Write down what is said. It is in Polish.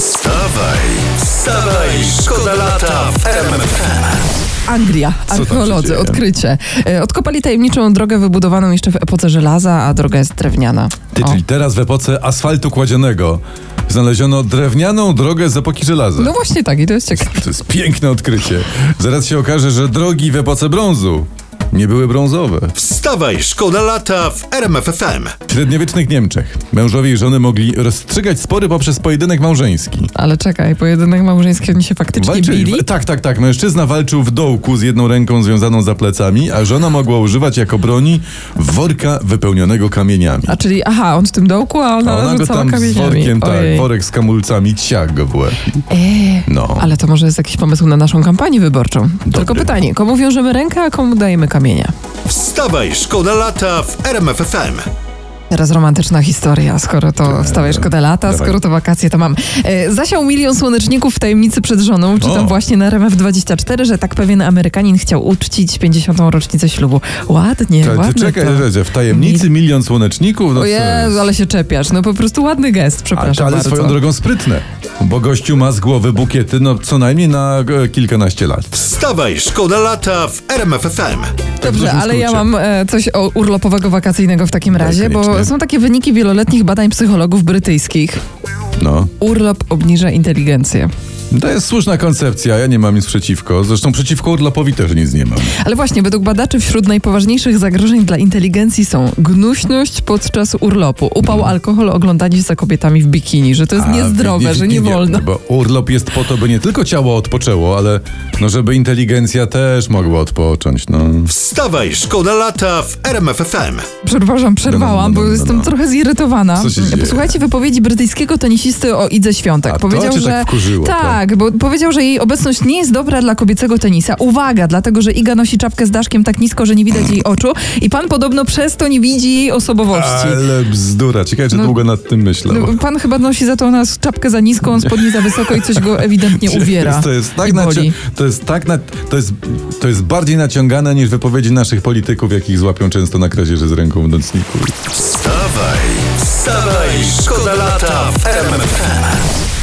Wstawaj, wstawaj, szkoda lata w RMFFM. Anglia, tam się archeolodzy, dzieje? odkrycie. E, Odkopali tajemniczą drogę wybudowaną jeszcze w epoce żelaza, a droga jest drewniana. Ty, O. czyli teraz w epoce asfaltu kładzionego znaleziono drewnianą drogę z epoki żelaza. No właśnie tak, i to jest ciekawe. To jest piękne odkrycie. Zaraz się okaże, że drogi w epoce brązu nie były brązowe. Wstawaj, szkoda lata w RMFFM. W średniowiecznych Niemczech mężowie i żony mogli rozstrzygać spory poprzez pojedynek małżeński. Ale czekaj, pojedynek małżeński, oni się faktycznie bili? w- Tak, tak, tak. Mężczyzna walczył w dołku z jedną ręką związaną za plecami, a żona mogła używać jako broni worka wypełnionego kamieniami. A czyli, aha, on w tym dołku, a ona, A ona go rzucała tam z kamieniami. workiem, tak, Ojej. worek z kamulcami, ciak go w łeb. Eee, No. Ale to może jest jakiś pomysł na naszą kampanię wyborczą. Tylko pytanie, komu wiążemy rękę, a komu dajemy kamienia? Wstawaj, szkoda lata w RMFFM. Teraz romantyczna historia, skoro to wstawaj szkoda lata, Tak. Dawaj. skoro to wakacje, to mam. E, zasiał milion słoneczników w tajemnicy przed żoną. Czytam O. właśnie na RMF24, że tak pewien Amerykanin chciał uczcić 50. rocznicę ślubu. Ładnie, Ale ładnie ty czekaj, to. Redzie, w tajemnicy milion słoneczników? No O co Jezu, jest? ale się czepiasz. No po prostu ładny gest, A- przepraszam ale bardzo. swoją drogą sprytne, bo gościu ma z głowy bukiety no co najmniej na e, kilkanaście lat. Wstawaj, szkoda lata w RMFFM. w Dobrze, dużym ale ja skrócie. mam e, coś o urlopowego wakacyjnego w takim Daj razie, bo koniecznie. są takie wyniki wieloletnich badań psychologów brytyjskich. No, Urlop obniża inteligencję. to jest słuszna koncepcja, ja nie mam nic przeciwko. Zresztą przeciwko urlopowi też nic nie mam. Ale właśnie, według badaczy wśród najpoważniejszych zagrożeń dla inteligencji są gnuśność podczas urlopu, upał, alkohol, oglądanie się za kobietami w bikini, że to jest Mhm. A, niezdrowe, wi- wi- że nie wolno. Bo urlop jest po to, by nie tylko ciało odpoczęło, ale no żeby inteligencja też mogła odpocząć, no. Wstawaj, szkoda lata w RMFFM. Przepraszam, przerwałam, No, no, no, bo no, no. jestem trochę zirytowana. Co się dzieje? Posłuchajcie wypowiedzi brytyjskiego tenisisty o Idze Świątek. A to cię tak wkurzyło, tak? Tak, bo powiedział, że jej obecność nie jest dobra dla kobiecego tenisa. Uwaga, dlatego że Iga nosi czapkę z daszkiem tak nisko, że nie widać jej oczu i pan podobno przez to nie widzi jej osobowości. Ale bzdura, ciekawe, czy No. długo nad tym myślał. No, pan chyba nosi za to nas czapkę za niską, on spodnie za wysoko i coś go ewidentnie uwiera. To jest tak, i naci- boli. to jest tak na- to, jest, to jest bardziej naciągane niż wypowiedzi naszych polityków, jakich złapią często na kradzieży z ręką w nocniku. Wstawaj, wstawaj, szkoda lata w RMFFM.